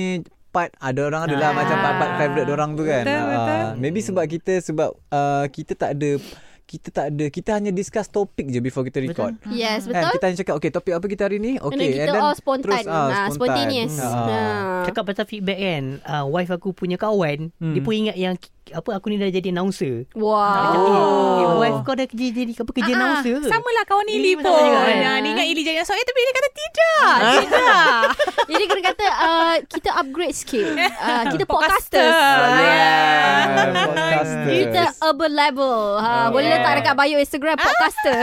Speaker 3: part ada orang ada lah
Speaker 4: Ah.
Speaker 3: macam part-part favorite orang tu kan.
Speaker 5: Betul,
Speaker 3: Ah,
Speaker 5: betul.
Speaker 3: maybe sebab kita sebab uh, kita tak ada kita tak ada kita hanya discuss topik je before kita record.
Speaker 2: Yes,
Speaker 3: Kan
Speaker 2: betul.
Speaker 3: kita hanya cakap okay topik apa kita hari ni?
Speaker 2: And then
Speaker 3: Okay.
Speaker 2: kita all spontan.
Speaker 3: Terus, ah,
Speaker 2: Ah,
Speaker 3: spontan.
Speaker 2: spontaneous.
Speaker 3: Hmm.
Speaker 2: Ah.
Speaker 4: Cakap pasal feedback kan. Uh, wife aku punya kawan, hmm. dia pun ingat yang apa aku ni dah jadi announcer.
Speaker 2: Wow.
Speaker 4: Macam, eh, eh,
Speaker 3: Oh.
Speaker 4: wife kau dah kerja jadi apa kerja
Speaker 5: Ah,
Speaker 4: announcer ke?
Speaker 5: Sama lah kawan
Speaker 4: Ili
Speaker 5: Ili
Speaker 4: pun
Speaker 5: pun.
Speaker 4: sama juga, kan?
Speaker 5: Ha, dia ingat Ili jadi nasib. Eh, tapi dia kata tidak.
Speaker 3: Ah.
Speaker 5: Tidak.
Speaker 2: Jadi kena kata uh, kita upgrade sikit. Uh, kita
Speaker 5: Podcaster.
Speaker 2: (laughs) podcasters.
Speaker 5: Ah,
Speaker 3: Ah, Yeah, Ah, podcaster.
Speaker 2: Kita urban level. Ha,
Speaker 3: Ah,
Speaker 2: boleh letak dekat bio Instagram podcaster.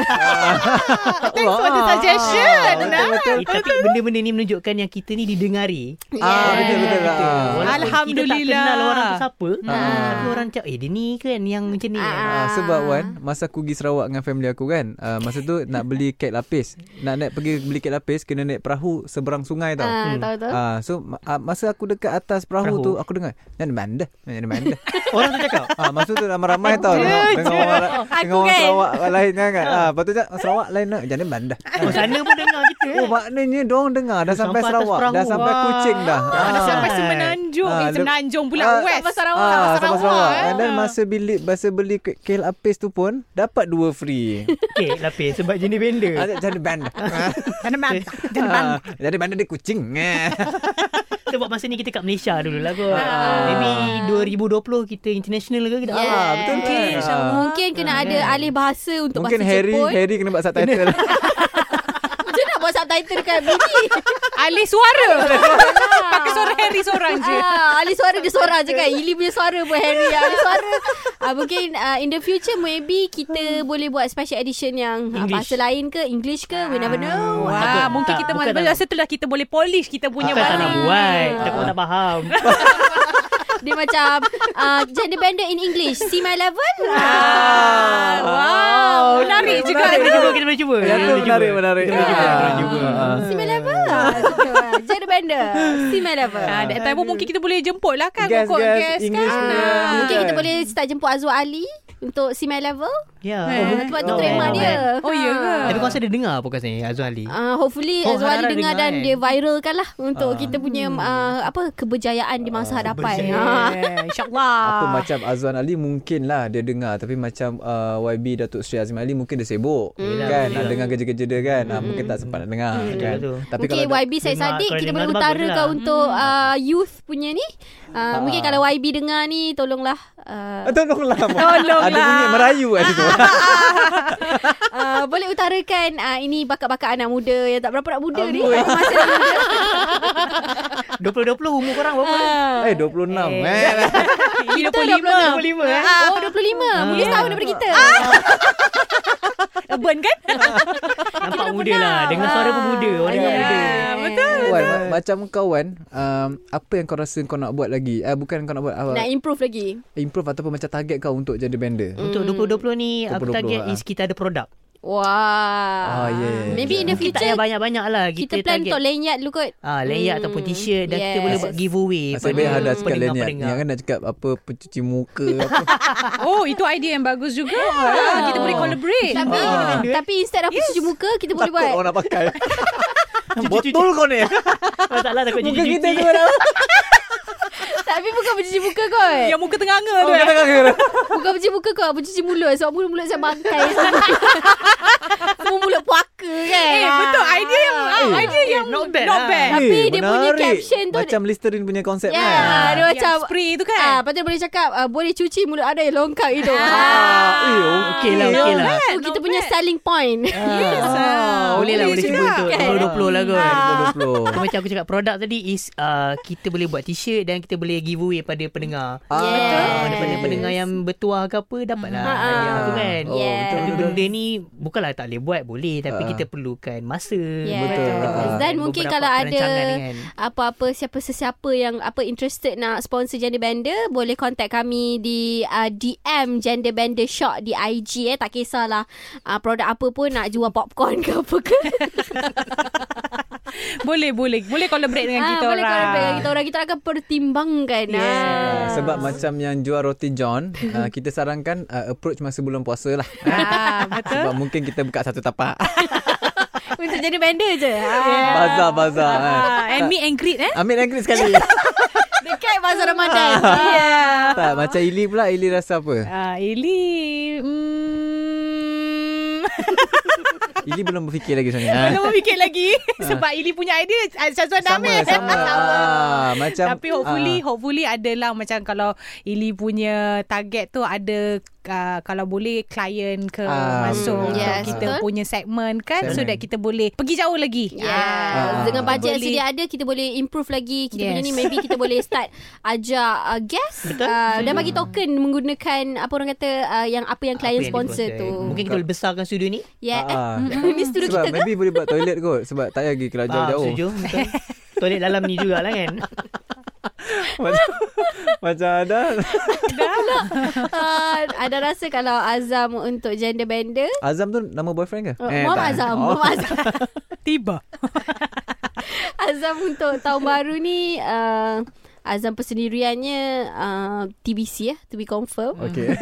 Speaker 5: Thanks for the
Speaker 3: Ah.
Speaker 5: suggestion.
Speaker 3: Betul,
Speaker 5: Nah.
Speaker 3: betul.
Speaker 4: Eh, Ah, tapi benda-benda ni menunjukkan yang kita ni didengari.
Speaker 3: Ah, betul betul.
Speaker 4: Betul.
Speaker 3: ah.
Speaker 4: Walaupun Kita
Speaker 5: Alhamdulillah.
Speaker 4: tak kenal orang tu siapa.
Speaker 3: Ah.
Speaker 4: Tapi orang cakap, eh dia ni kan yang macam ni. kan?
Speaker 2: Ah.
Speaker 3: Ah, sebab Wan Masa aku pergi Sarawak Dengan family aku kan ah, Masa tu nak beli kek lapis Nak naik pergi beli kek lapis Kena naik perahu Seberang sungai tau
Speaker 2: Ah, tahu tahu.
Speaker 3: Ah, so ma- ah, masa aku dekat atas perahu,
Speaker 4: Hmm. Perahu.
Speaker 3: tu aku dengar Nyan manda, nyan manda.
Speaker 4: (laughs) Orang tu cakap.
Speaker 3: ah, masa tu ramai-ramai tau dengan, dengan orang dengan orang Sarawak lain kan. kan? Ah, lepas tu cak, Sarawak lain nak jadi manda.
Speaker 4: Oh, sana pun dengar kita. eh?
Speaker 3: Oh, maknanya diorang dengar dah sampai,
Speaker 4: Sampai atas
Speaker 3: Sarawak, dah
Speaker 4: perahu.
Speaker 3: sampai
Speaker 4: Wah.
Speaker 3: Kuching dah.
Speaker 5: Ah,
Speaker 4: Ah.
Speaker 5: Sampai Semenanjung.
Speaker 3: Ah,
Speaker 5: Eh,
Speaker 3: lep-
Speaker 5: Semenanjung pula.
Speaker 3: Ah,
Speaker 5: West.
Speaker 2: Sampai Sarawak.
Speaker 3: Ah,
Speaker 5: Sarawak,
Speaker 3: sampai Sarawak.
Speaker 5: eh.
Speaker 3: And then masa bilik masa beli ke- kek lapis tu pun dapat dua
Speaker 5: (laughs)
Speaker 3: free.
Speaker 4: Okay, lapis. Sebab jenis benda.
Speaker 3: Ada jadi band.
Speaker 5: Mana mana?
Speaker 3: Ah, Jadi band dia kucing. eh.
Speaker 5: (laughs)
Speaker 4: Sebab masa ni kita kat Malaysia dulu lah kot.
Speaker 3: Ah.
Speaker 4: Maybe 2020 kita international ke kita.
Speaker 2: (laughs) Yes.
Speaker 4: Yeah.
Speaker 3: Ah, betul
Speaker 2: Mungkin,
Speaker 3: kan? Ah.
Speaker 2: Mungkin kena ada alih bahasa untuk
Speaker 3: Mungkin
Speaker 2: bahasa
Speaker 3: Harry
Speaker 2: Jepun.
Speaker 3: Harry kena buat
Speaker 5: (laughs)
Speaker 3: subtitle. Ah.
Speaker 2: Macam nak buat subtitle dekat
Speaker 3: (laughs)
Speaker 2: bunyi.
Speaker 5: Alih suara. Pakai suara Harry seorang je.
Speaker 2: Ah, alih suara dia seorang je kan. Ili punya suara pun Harry yang alih suara. Ah, mungkin ah, in the future maybe kita boleh buat special edition yang ah,
Speaker 4: English.
Speaker 2: bahasa lain ke English ke we never know.
Speaker 5: Wah,
Speaker 4: Takut.
Speaker 5: Ah, mungkin
Speaker 4: Tak,
Speaker 5: kita
Speaker 4: bukan
Speaker 5: masa
Speaker 4: tak-
Speaker 5: masa tu lah kita boleh polish kita punya
Speaker 3: Ah.
Speaker 4: Bukan tak nak
Speaker 3: (laughs)
Speaker 5: bahasa.
Speaker 4: buat. Takut tak faham.
Speaker 2: Dia macam uh, Gender bender in English See my level
Speaker 5: Ah, wow. Menarik juga
Speaker 4: Kita
Speaker 5: tu.
Speaker 4: cuba, kita boleh cuba. Kita boleh cuba.
Speaker 3: Menarik, menarik.
Speaker 4: Kita boleh cuba, kita boleh cuba.
Speaker 3: Ah.
Speaker 2: See my level Ah, gitu lah. Gender bender See my level
Speaker 5: Ah, that time pun mungkin kita boleh jemput lah kan.
Speaker 3: Guest,
Speaker 5: Guest,
Speaker 3: guest,
Speaker 5: guest,
Speaker 3: English
Speaker 5: kan.
Speaker 3: punya.
Speaker 5: Ah.
Speaker 2: Mungkin kita boleh start jemput Azwar Ali Untuk see my level
Speaker 4: Ya.
Speaker 5: Eh,
Speaker 4: Oh,
Speaker 2: Sebab tu
Speaker 4: no,
Speaker 2: trademark
Speaker 4: no.
Speaker 2: dia
Speaker 5: Oh, ya ke?
Speaker 2: Ah.
Speaker 4: Tapi kau rasa dia dengar podcast ni Azwar Ali?
Speaker 2: Uh, hopefully
Speaker 4: Oh,
Speaker 2: oh, Azwar
Speaker 4: harap-harap
Speaker 2: Ali dengar dan
Speaker 4: dengar, eh.
Speaker 2: dia viralkan lah Untuk
Speaker 3: Ah.
Speaker 2: kita punya uh, apa keberjayaan di masa hadapan Ah.
Speaker 5: Yeah, (laughs) InsyaAllah.
Speaker 3: Apa macam Azwan Ali mungkin lah dia dengar tapi macam uh, YB Datuk Sri Azim Ali mungkin dia sibuk
Speaker 5: Hmm.
Speaker 4: Yelah,
Speaker 3: kan
Speaker 4: betul
Speaker 3: nak
Speaker 4: lah.
Speaker 3: dengar kerja-kerja dia kan ah, mungkin tak sempat nak dengar kan
Speaker 4: betul.
Speaker 3: tapi
Speaker 2: mungkin
Speaker 3: kalau
Speaker 2: YB Syed
Speaker 4: dengar-
Speaker 2: Saddiq
Speaker 4: kalau
Speaker 2: kita boleh
Speaker 4: dengar tu bagus
Speaker 2: utarakan
Speaker 4: lah. Ah.
Speaker 2: untuk uh, youth punya ni. Uh, Mungkin kalau YB dengar ni tolonglah uh,
Speaker 4: (laughs)
Speaker 3: Ah, (laughs) Tolonglah
Speaker 5: Tolonglah.
Speaker 3: Ada bunyi Merayu kat situ
Speaker 2: uh, boleh utarakan uh, ini bakat-bakat anak muda yang tak berapa nak muda ni. Masa nak muda.
Speaker 4: 2020 umur korang berapa?
Speaker 3: Eh 26 eh. (laughs)
Speaker 5: Kita
Speaker 4: 25 25
Speaker 3: Ah.
Speaker 4: eh Ah.
Speaker 2: Oh 25 Mungkin setahun daripada kita Ah,
Speaker 5: Urban
Speaker 2: (laughs)
Speaker 5: kan?
Speaker 4: Nampak muda lah Dengan suara pun muda Orang
Speaker 3: Ah.
Speaker 4: nampak muda
Speaker 5: Yeah, betul.
Speaker 3: Wan, ma- macam kau Wan um, Apa yang kau rasa kau nak buat lagi uh, Bukan kau nak buat uh,
Speaker 2: Nak improve lagi
Speaker 3: Improve ataupun macam target kau Untuk jadi bender
Speaker 4: Untuk 2020 ni Aku
Speaker 3: 2020,
Speaker 4: target
Speaker 3: ah.
Speaker 4: is Kita ada produk
Speaker 2: Wah
Speaker 3: Ah, yeah.
Speaker 2: Maybe in the
Speaker 4: Kita tak
Speaker 2: future
Speaker 4: payah banyak-banyak lah
Speaker 2: Kita,
Speaker 4: Kita,
Speaker 2: plan
Speaker 4: target
Speaker 2: untuk lanyard dulu kot Hmm.
Speaker 4: Ah, layak ataupun t-shirt Dan kita
Speaker 2: Yes.
Speaker 4: boleh buat giveaway
Speaker 3: Nasib baik ada
Speaker 4: pendengar-
Speaker 3: sekalian niat
Speaker 4: pendengar.
Speaker 3: Yang kan nak cakap Apa pencuci muka apa.
Speaker 5: Oh, itu idea yang bagus juga. Ah, Kita boleh collaborate.
Speaker 2: Ya. Tapi
Speaker 3: Ah.
Speaker 2: Tapi instead of cuci muka Kita boleh
Speaker 3: Takut
Speaker 2: buat
Speaker 3: orang nak pakai Botol kau ni
Speaker 4: Masalah takut
Speaker 3: Muka
Speaker 4: lah, cuci-cuci
Speaker 3: kita tu dah
Speaker 2: Tapi bukan pencuci muka
Speaker 4: Ya,
Speaker 2: kot
Speaker 5: Ah, Yang muka tenganga
Speaker 2: Oh,
Speaker 5: tu. eh.
Speaker 2: Bukan pencuci muka kau Pencuci mulut Sebab mulut-mulut saya bangkai (laughs) Semua Semua mulut puaka kan
Speaker 5: Eh, betul. Idea yang ah,
Speaker 3: Eh.
Speaker 5: idea yang
Speaker 4: not bad
Speaker 5: Not
Speaker 4: lah.
Speaker 5: bad.
Speaker 2: Tapi
Speaker 3: Eh,
Speaker 2: dia punya
Speaker 3: menarik.
Speaker 2: caption tu-
Speaker 3: Macam Listerine punya konsep
Speaker 2: Ya
Speaker 3: kan
Speaker 2: Dia macam
Speaker 5: Yang spray tu
Speaker 2: Ah,
Speaker 5: kan?
Speaker 2: lepas tu dia boleh cakap ah, Boleh cuci mulut ada yang longkang hidung ah.
Speaker 3: Ah, eh,
Speaker 4: Okey lah, okey lah
Speaker 2: Itu
Speaker 5: kan?
Speaker 2: kita punya selling point
Speaker 4: Eh,
Speaker 2: (laughs)
Speaker 4: Ah, Boleh lah, boleh cuba
Speaker 3: kan?
Speaker 4: untuk 2020 lah kot
Speaker 3: Bodoh
Speaker 4: So, macam aku cakap produk tadi is uh, kita boleh buat t-shirt dan kita boleh giveaway pada pendengar.
Speaker 3: Ah,
Speaker 2: Yes.
Speaker 4: Ah,
Speaker 2: Betul.
Speaker 4: Pada yes. pendengar yang bertuah ke apa dapatlah
Speaker 2: Ah,
Speaker 4: hadiah
Speaker 2: ah.
Speaker 4: tu kan.
Speaker 3: Oh,
Speaker 2: Yes.
Speaker 3: betul,
Speaker 4: Tapi
Speaker 3: betul, betul.
Speaker 4: benda ni bukanlah tak boleh buat boleh tapi
Speaker 3: Ah.
Speaker 4: kita perlukan masa.
Speaker 2: Yes.
Speaker 3: Betul.
Speaker 4: Kita perlukan
Speaker 2: Dan mungkin
Speaker 4: Ah, beberapa
Speaker 2: kalau ada-
Speaker 4: perancangan kan.
Speaker 2: Apa-apa Siapa sesiapa yang Apa interested nak Sponsor Gender Bender Boleh contact kami Di uh, DM Gender Bender Shop Di IG eh Tak kisahlah uh, Produk apa pun Nak jual popcorn ke apa ke
Speaker 5: Boleh, boleh. Boleh collaborate dengan kita
Speaker 2: Ah, boleh
Speaker 5: orang.
Speaker 2: korang dengan kita orang kita akan pertimbangkan.
Speaker 5: Yes.
Speaker 3: Ah, sebab macam yang jual roti john
Speaker 5: (laughs)
Speaker 3: ah, Kita sarankan ah, approach masa bulan puasa lah
Speaker 5: Ah, betul.
Speaker 3: Sebab mungkin kita buka satu tapak
Speaker 2: Ah. untuk jadi bandar
Speaker 5: (laughs)
Speaker 2: je. Ah.
Speaker 3: (laughs) Bazar-bazar ah.
Speaker 5: Ya. Ah, and meet and greet eh.
Speaker 3: Ambil angkat sekali
Speaker 5: (laughs)
Speaker 2: Dekat bazar Ramadan.
Speaker 5: Yeah.
Speaker 3: tak, Macam Ili pula Ili rasa apa
Speaker 5: Ah, Ili (laughs) mm,
Speaker 3: Ili belum berfikir lagi sebenarnya Ah.
Speaker 5: Belum fikir
Speaker 3: (laughs)
Speaker 5: lagi Sebab Ili punya idea ah, Syazwan
Speaker 3: Sama
Speaker 5: Damir (laughs)
Speaker 3: sama ah, Macam ah,
Speaker 5: Tapi hopefully uh, hopefully adalah macam kalau Ili punya target tu ada uh, kalau boleh klien ke
Speaker 3: Ah,
Speaker 5: uh, masuk
Speaker 3: betul.
Speaker 5: untuk
Speaker 2: Yes,
Speaker 5: kita
Speaker 2: betul.
Speaker 5: punya segmen kan so
Speaker 3: Segmen.
Speaker 5: that kita boleh pergi jauh lagi.
Speaker 2: Yeah.
Speaker 3: Ah.
Speaker 2: Dengan bajet
Speaker 5: Boleh.
Speaker 2: yang sedia ada Kita boleh improve lagi Kita yes. punya
Speaker 5: Yes.
Speaker 2: ni Maybe kita boleh start Ajak uh, guest uh, Dan bagi token Menggunakan Apa orang kata uh, Yang apa yang
Speaker 4: Apa
Speaker 2: klien
Speaker 4: yang
Speaker 2: sponsor
Speaker 4: dia eh?
Speaker 2: tu
Speaker 4: sponsor. Mungkin kita boleh besarkan studio ni.
Speaker 2: Ya yeah.
Speaker 3: Ah.
Speaker 2: eh, (laughs) Ini studio
Speaker 3: Sebab
Speaker 2: kita ke?
Speaker 3: maybe boleh buat toilet kot Sebab tak payah pergi keluar
Speaker 4: Ah,
Speaker 3: jauh-jauh (laughs)
Speaker 4: setuju, betul. Toilet dalam ni jugalah kan.
Speaker 3: macam, macam ada
Speaker 2: uh, Ada rasa kalau Azam Untuk gender bender
Speaker 3: Azam tu nama boyfriend ke?
Speaker 5: Oh,
Speaker 2: uh, Mom
Speaker 3: Eh, tak. Oh,
Speaker 2: Azam Mom Azam (laughs)
Speaker 5: Tiba.
Speaker 2: Azam untuk tahun baru ni uh, Azam persendiriannya uh, TBC ya To be confirm
Speaker 5: (laughs)
Speaker 3: Okay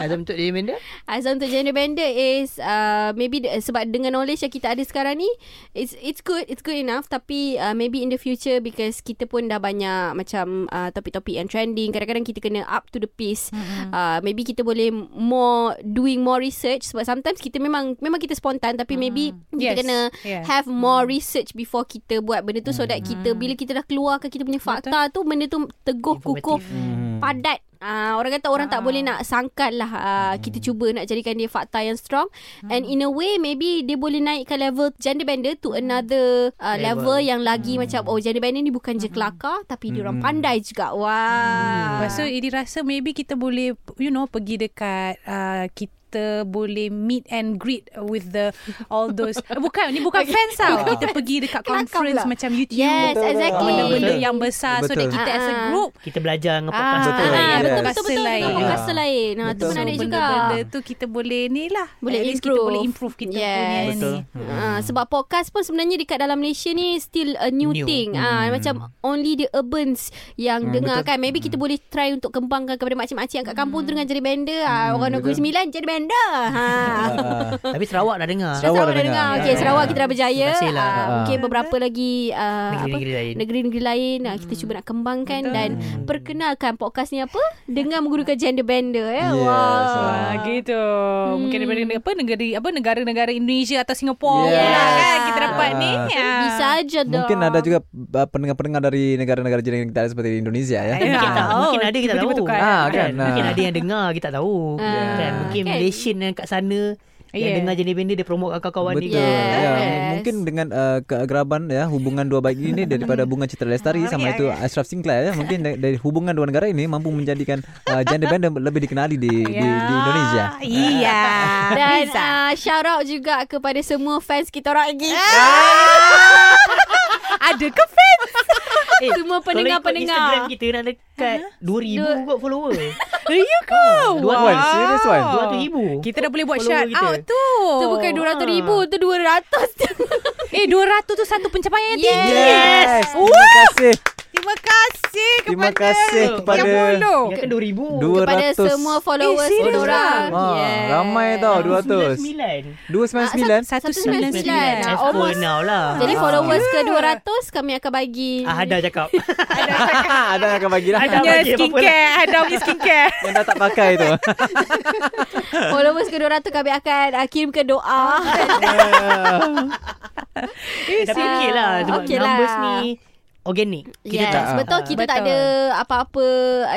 Speaker 4: Azam untuk dia benda.
Speaker 2: Azam untuk gender bender is uh, Maybe the, sebab dengan knowledge yang kita ada sekarang ni It's it's good It's good enough Tapi uh, maybe in the future Because kita pun dah banyak Macam uh, topik-topik yang trending Kadang-kadang kita kena up to the pace mm-hmm. uh, Maybe kita boleh more Doing more research Sebab sometimes kita memang Memang kita spontan Tapi maybe Kita
Speaker 5: Mm. Yes. Mm.
Speaker 2: kena
Speaker 5: Yeah.
Speaker 2: have more research before kita buat benda tu so that kita bila kita dah keluarkan kita punya fakta tu benda tu teguh kukuh
Speaker 3: Hmm.
Speaker 2: padat Ah, orang kata orang tak boleh nak sangkal lah ah, Kita cuba nak jadikan dia fakta yang strong And in a way maybe Dia boleh naikkan level gender bender To another uh, level.
Speaker 4: Level.
Speaker 2: Yang lagi macam Oh gender bender ni bukan je kelakar Tapi dia orang pandai juga Wah
Speaker 5: Hmm. Ah. Lepas tu Ili rasa maybe kita boleh you know pergi dekat uh, kita kita boleh meet and greet with the all (laughs) those eh, bukan ni bukan fans tau kita pergi dekat
Speaker 2: Kelakar
Speaker 5: conference
Speaker 2: pula.
Speaker 5: macam YouTube
Speaker 2: Yes,
Speaker 3: Betul.
Speaker 2: exactly.
Speaker 5: benda-benda yang besar so
Speaker 3: Betul.
Speaker 5: that kita as a
Speaker 2: Ah, ah.
Speaker 5: group
Speaker 4: Kita belajar dengan
Speaker 5: Ah,
Speaker 4: podcast.
Speaker 3: Betul.
Speaker 2: Ah, betul
Speaker 3: Yes.
Speaker 2: betul betul
Speaker 5: Selai.
Speaker 2: dengan podcast lain. Ha tu
Speaker 3: Betul.
Speaker 2: menarik
Speaker 5: So,
Speaker 2: juga.
Speaker 5: Benda-benda tu kita boleh ni lah.
Speaker 2: Boleh
Speaker 5: At least
Speaker 2: improve.
Speaker 5: kita boleh improve kita
Speaker 2: Yes.
Speaker 5: punya
Speaker 4: Betul.
Speaker 5: ni.
Speaker 2: Ah, sebab podcast pun sebenarnya dekat dalam Malaysia ni still a new,
Speaker 4: New.
Speaker 2: thing. Ah macam only the urbans yang
Speaker 3: Hmm,
Speaker 2: dengar
Speaker 3: betul.
Speaker 2: kan. Maybe kita boleh try untuk kembangkan kepada makcik-makcik yang kat kampung tu dengan jadi bender. Ah orang Negeri
Speaker 3: betul.
Speaker 2: Sembilan jadi bender. Ha.
Speaker 3: Ah,
Speaker 4: Tapi Sarawak dah dengar.
Speaker 2: Sarawak
Speaker 3: Sarawak
Speaker 2: dah
Speaker 3: dah
Speaker 2: dengar.
Speaker 3: dengar.
Speaker 2: Okey,
Speaker 4: Ya,
Speaker 2: Sarawak
Speaker 4: ya.
Speaker 2: kita dah berjaya.
Speaker 4: Terima kasih lah.
Speaker 2: Ah,
Speaker 3: Ah.
Speaker 2: Mungkin beberapa lagi ah, apa
Speaker 4: Negeri-negeri lain.
Speaker 2: negeri-negeri lain ah, kita cuba nak kembangkan dan perkenalkan podcast ni apa dengan menggunakan gender bender ya.
Speaker 3: Yes. Ah.
Speaker 5: Ah, gitu. Mungkin daripada negara- apa negeri apa negara-negara Indonesia atau Singapura
Speaker 3: Yes.
Speaker 5: pula kan kita dapat
Speaker 3: Ah.
Speaker 5: ni. Ah.
Speaker 2: Bisa aja dah.
Speaker 3: Mungkin ada juga uh, pendengar-pendengar dari negara-negara jiran kita ada seperti Indonesia ya.
Speaker 4: Mungkin, tak,
Speaker 5: Oh,
Speaker 4: mungkin ada kita
Speaker 5: tiba-tiba
Speaker 4: tahu.
Speaker 5: tukar.
Speaker 3: Ah,
Speaker 4: kan?
Speaker 3: kan?
Speaker 4: Mungkin
Speaker 3: Ah.
Speaker 4: ada yang dengar kita tak tahu.
Speaker 2: Ah,
Speaker 4: Kan? Mungkin
Speaker 2: kan?
Speaker 4: Malaysian yang kat sana yang
Speaker 5: Yeah.
Speaker 4: dengar jenis benda dia promote kawan-kawan
Speaker 3: Betul.
Speaker 4: dia.
Speaker 2: Yes.
Speaker 3: Ya, mungkin dengan uh, keagraban ya hubungan dua baik ini daripada Bunga Citra Lestari sama itu Ashraf Sinclair ya mungkin da- dari hubungan dua negara ini mampu menjadikan uh, gender band lebih dikenali di di,
Speaker 5: Ya.
Speaker 3: di Indonesia.
Speaker 5: (laughs) Iya.
Speaker 2: Dan
Speaker 5: ah.
Speaker 2: uh, shout out juga kepada semua fans kita orang lagi.
Speaker 5: Ada ke fans?
Speaker 4: Eh,
Speaker 2: Semua
Speaker 4: kalau ikut Instagram
Speaker 2: pendengar-pendengar.
Speaker 4: kita nak dekat 2000 kot follower.
Speaker 5: Ya ke?
Speaker 4: Dua
Speaker 3: One, serious one.
Speaker 4: 200,000.
Speaker 5: Kita dah boleh buat
Speaker 4: Follower
Speaker 5: Ah, shout
Speaker 4: kita.
Speaker 5: out tu.
Speaker 2: Tu bukan 200 ribu, tu
Speaker 5: (laughs)
Speaker 2: 200.
Speaker 5: Eh 200 tu satu pencapaian yang
Speaker 2: Yes.
Speaker 5: tinggi.
Speaker 3: Yes. Terima kasih.
Speaker 5: Wah, terima kasih kepada
Speaker 3: Terima kasih kepada
Speaker 5: yang follow.
Speaker 4: Ya kan 2000.
Speaker 3: Dua-
Speaker 2: Kepada
Speaker 3: 200.
Speaker 2: semua followers
Speaker 5: Eh, serious
Speaker 2: kita orang.
Speaker 3: Ah,
Speaker 2: Yes.
Speaker 3: ramai tau 200.
Speaker 4: 99.
Speaker 2: Ah,
Speaker 3: 299.
Speaker 5: Satu sembilan
Speaker 2: 199.
Speaker 5: sembilan.
Speaker 2: Ah,
Speaker 4: As per
Speaker 2: almost.
Speaker 4: now lah.
Speaker 2: Jadi followers ke 200 kami akan bagi.
Speaker 4: Ah, ada cakap.
Speaker 3: (laughs) ada yang akan bagilah.
Speaker 4: Ada.
Speaker 5: Punya
Speaker 4: bagi apa-apa
Speaker 5: skincare. Ada punya
Speaker 3: (laughs)
Speaker 5: skincare.
Speaker 3: Yang dah tak pakai tu.
Speaker 2: Followers ke 200 kami akan uh, kirimkan doa.
Speaker 5: (laughs)
Speaker 4: Tapi okey lah sebab
Speaker 2: Okey
Speaker 4: okay
Speaker 2: lah.
Speaker 4: numbers ni organik. Kita
Speaker 2: yes,
Speaker 4: tak
Speaker 2: betul
Speaker 4: ah,
Speaker 2: kita tak
Speaker 5: Betul.
Speaker 2: ada apa-apa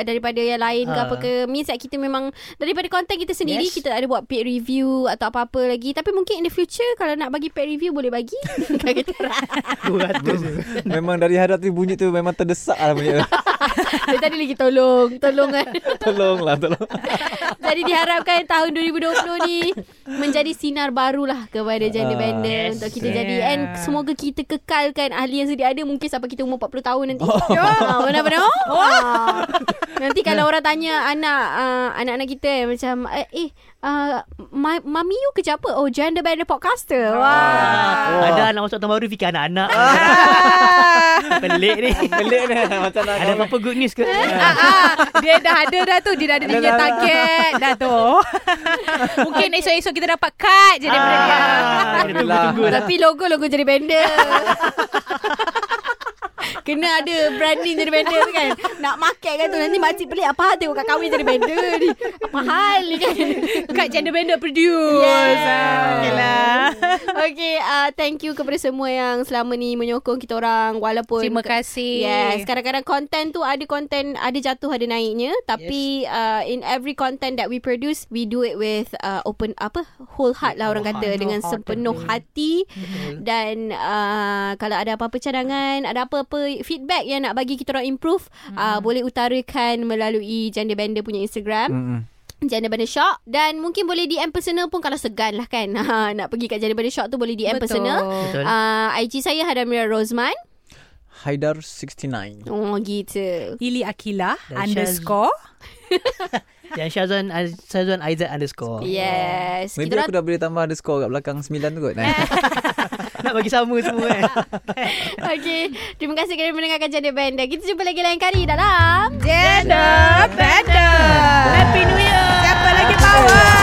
Speaker 2: ah, daripada yang lain ke
Speaker 4: Ah.
Speaker 2: apa ke means that kita memang daripada konten kita sendiri
Speaker 4: Yes.
Speaker 2: kita tak ada buat paid review atau apa-apa lagi tapi mungkin in the future kalau nak bagi paid review boleh bagi Kan kita orang.
Speaker 4: lah 200.
Speaker 3: memang dari harap tu bunyi tu memang terdesak lah bunyi. tu.
Speaker 2: (laughs)
Speaker 3: (laughs)
Speaker 2: Dia tadi lagi tolong tolong kan
Speaker 3: Tolonglah, tolong.
Speaker 2: (laughs) jadi diharapkan tahun 2020 ni menjadi sinar barulah kepada gender
Speaker 3: Ah,
Speaker 2: bender
Speaker 4: yes.
Speaker 2: untuk kita
Speaker 4: Yeah.
Speaker 2: jadi and semoga kita kekalkan ahli yang sedia ada mungkin sampai kita umur 40 tahun nanti oh. benar-benar Ah. nanti kalau orang tanya anak ah, anak-anak kita eh, macam eh, eh ah, ma- mami you kerja apa oh gender bender podcaster wah
Speaker 3: Wah.
Speaker 4: Ah, Ada anak masuk tahun baru fikir anak-anak.
Speaker 2: Ah.
Speaker 4: (laughs) Pelik ni.
Speaker 3: Pelik ni (laughs) macam nak
Speaker 4: Ada apa-apa good
Speaker 2: (laughs)
Speaker 4: news ke?
Speaker 3: Ya.
Speaker 5: Ah, ah, dia dah ada dah tu Dia dah ada dia punya target Dah tu (laughs) Mungkin esok-esok kita dapat cut je daripada dia
Speaker 4: Ah, kita tunggu-tunggu lah.
Speaker 2: tapi logo logo jadi bender Kena ada branding jadi bender tu kan Nak market kan tu Nanti makcik pelik Apa hal tengok kat kahwin jadi bender ni Apa hal ni kan
Speaker 5: Cut gender bender
Speaker 4: Oh,
Speaker 5: produce
Speaker 2: Yes.
Speaker 5: Ah, okay lah.
Speaker 2: Okay uh, Thank you kepada semua yang Selama ni menyokong kita orang Walaupun
Speaker 5: Terima kasih
Speaker 2: Yes, kadang-kadang konten tu ada konten ada jatuh ada naiknya tapi yes. uh, in every content that we produce we do it with uh, open apa whole heart lah orang
Speaker 4: Whole
Speaker 2: kata
Speaker 4: heart,
Speaker 2: dengan
Speaker 4: whole hearted.
Speaker 2: sepenuh hati dan uh, kalau ada apa-apa cadangan, ada apa-apa feedback yang nak bagi kita orang improve uh, boleh utarakan melalui Gender Bender punya Instagram.
Speaker 3: Mm-mm.
Speaker 2: Jana Benda Shop Dan mungkin boleh DM personal pun Kalau segan lah kan (laughs) ha, Nak pergi kat Jana Benda Shop tu Boleh DM
Speaker 5: Betul.
Speaker 2: personal
Speaker 4: Betul.
Speaker 2: uh, IG saya Hadamira Rozman
Speaker 3: Haidar 69.
Speaker 2: Oh gitu
Speaker 5: Ili Akila
Speaker 4: Dan
Speaker 5: Underscore
Speaker 4: Dan Syazwan Syazwan Aizat underscore.
Speaker 2: Yes
Speaker 3: Oh. Maybe
Speaker 2: Kita
Speaker 3: aku dah boleh tambah ada skor kat belakang 9 tu kot. Nah.
Speaker 4: Nak bagi sama semua
Speaker 2: (laughs)
Speaker 4: eh.
Speaker 2: orang (laughs) Okay Terima kasih kerana mendengarkan Jana Benda Kita jumpa lagi lain kali dalam
Speaker 5: Gender Bender Happy New Year Siapa lagi power